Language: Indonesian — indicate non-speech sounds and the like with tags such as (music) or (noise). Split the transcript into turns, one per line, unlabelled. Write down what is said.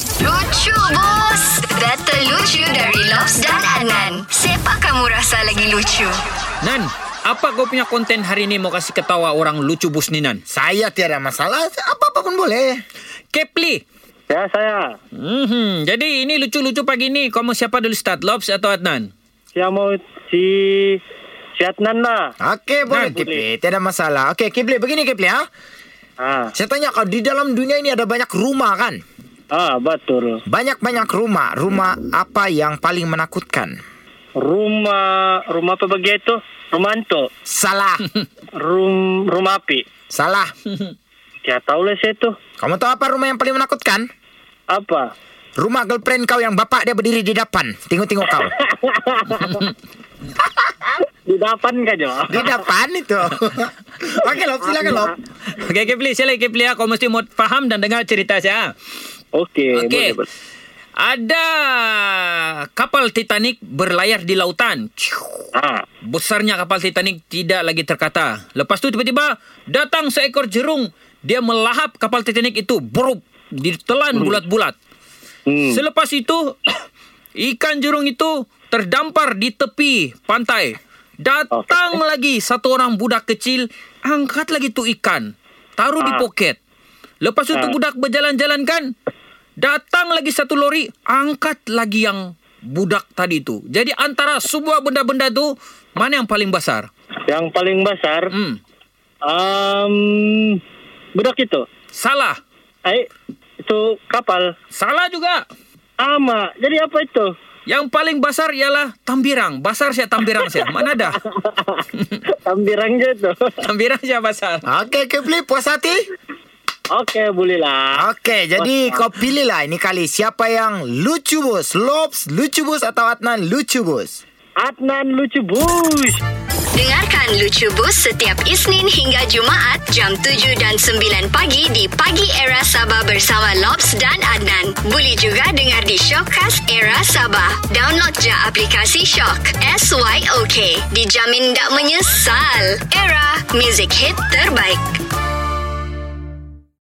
Lucu bos Data lucu dari Lobs dan Anan Siapa kamu rasa lagi lucu?
Nan, apa kau punya konten hari ini mau kasih ketawa orang lucu bus ni Nan?
Saya tiada masalah, apa-apa pun boleh.
Kepli.
Ya saya.
Mhm, jadi ini lucu-lucu pagi ini. Kau mau siapa dulu start? Lobs atau Adnan? (laughs)
Saya mau si si Adnan lah.
Okey, boleh
Nah,
Kipli, tiada masalah. Okey, Kipli, begini Kipli ha.
Ah,
Saya tanya kau, di dalam dunia ini ada banyak rumah kan?
ah betul.
Banyak-banyak rumah. Rumah apa yang paling menakutkan?
Rumah rumah apa begitu? Rumah anto.
Salah.
Rum rumah api.
Salah.
Ya tahu lah saya tu.
Kamu tahu apa rumah yang paling menakutkan?
Apa?
Rumah girlfriend kau yang bapak dia berdiri di depan. Tengok-tengok kau.
Di depan kan jo?
Di depan itu. Okey, Lop. Silakan, Lop.
Okey, Kepli, sila Kepli ya. Kau mesti mau faham dan dengar cerita saya.
Okey.
Okey.
boleh, boleh.
Ada kapal Titanic berlayar di lautan.
Ah,
Besarnya kapal Titanic tidak lagi terkata. Lepas tu tiba-tiba datang seekor jerung. Dia melahap kapal Titanic itu. Burup. Ditelan bulat-bulat.
hmm.
Selepas itu, (coughs) ikan jurung itu terdampar di tepi pantai. Datang lagi satu orang budak kecil, angkat lagi tu ikan. Taruh di
Ah.
poket. Lepas itu
Ah.
budak berjalan-jalan kan. Datang lagi satu lori, angkat lagi yang budak tadi itu. Jadi antara semua benda-benda itu, mana yang paling besar?
Yang paling besar,
Hmm.
um, budak itu.
Salah.
Eh, itu kapal.
Salah juga.
Ama. Jadi apa itu?
Yang paling besar ialah tambirang. Basar saya tambirang saya. Mana
(laughs)
dah?
Tambirang je itu.
Tambirang saya basar.
Okey, Kipli. Puas hati?
Okey, boleh lah.
Okey, jadi kau pilihlah ini kali siapa yang lucu bos, Lobs lucu bos atau Adnan lucu bos.
Adnan lucu bush.
Dengarkan Lucu Bus setiap Isnin hingga Jumaat jam 7 dan 9 pagi di Pagi Era Sabah bersama Lobs dan Adnan. Boleh juga dengar di Showcast Era Sabah. Download je aplikasi Shock. S-Y-O-K. Dijamin tak menyesal. Era, music hit terbaik.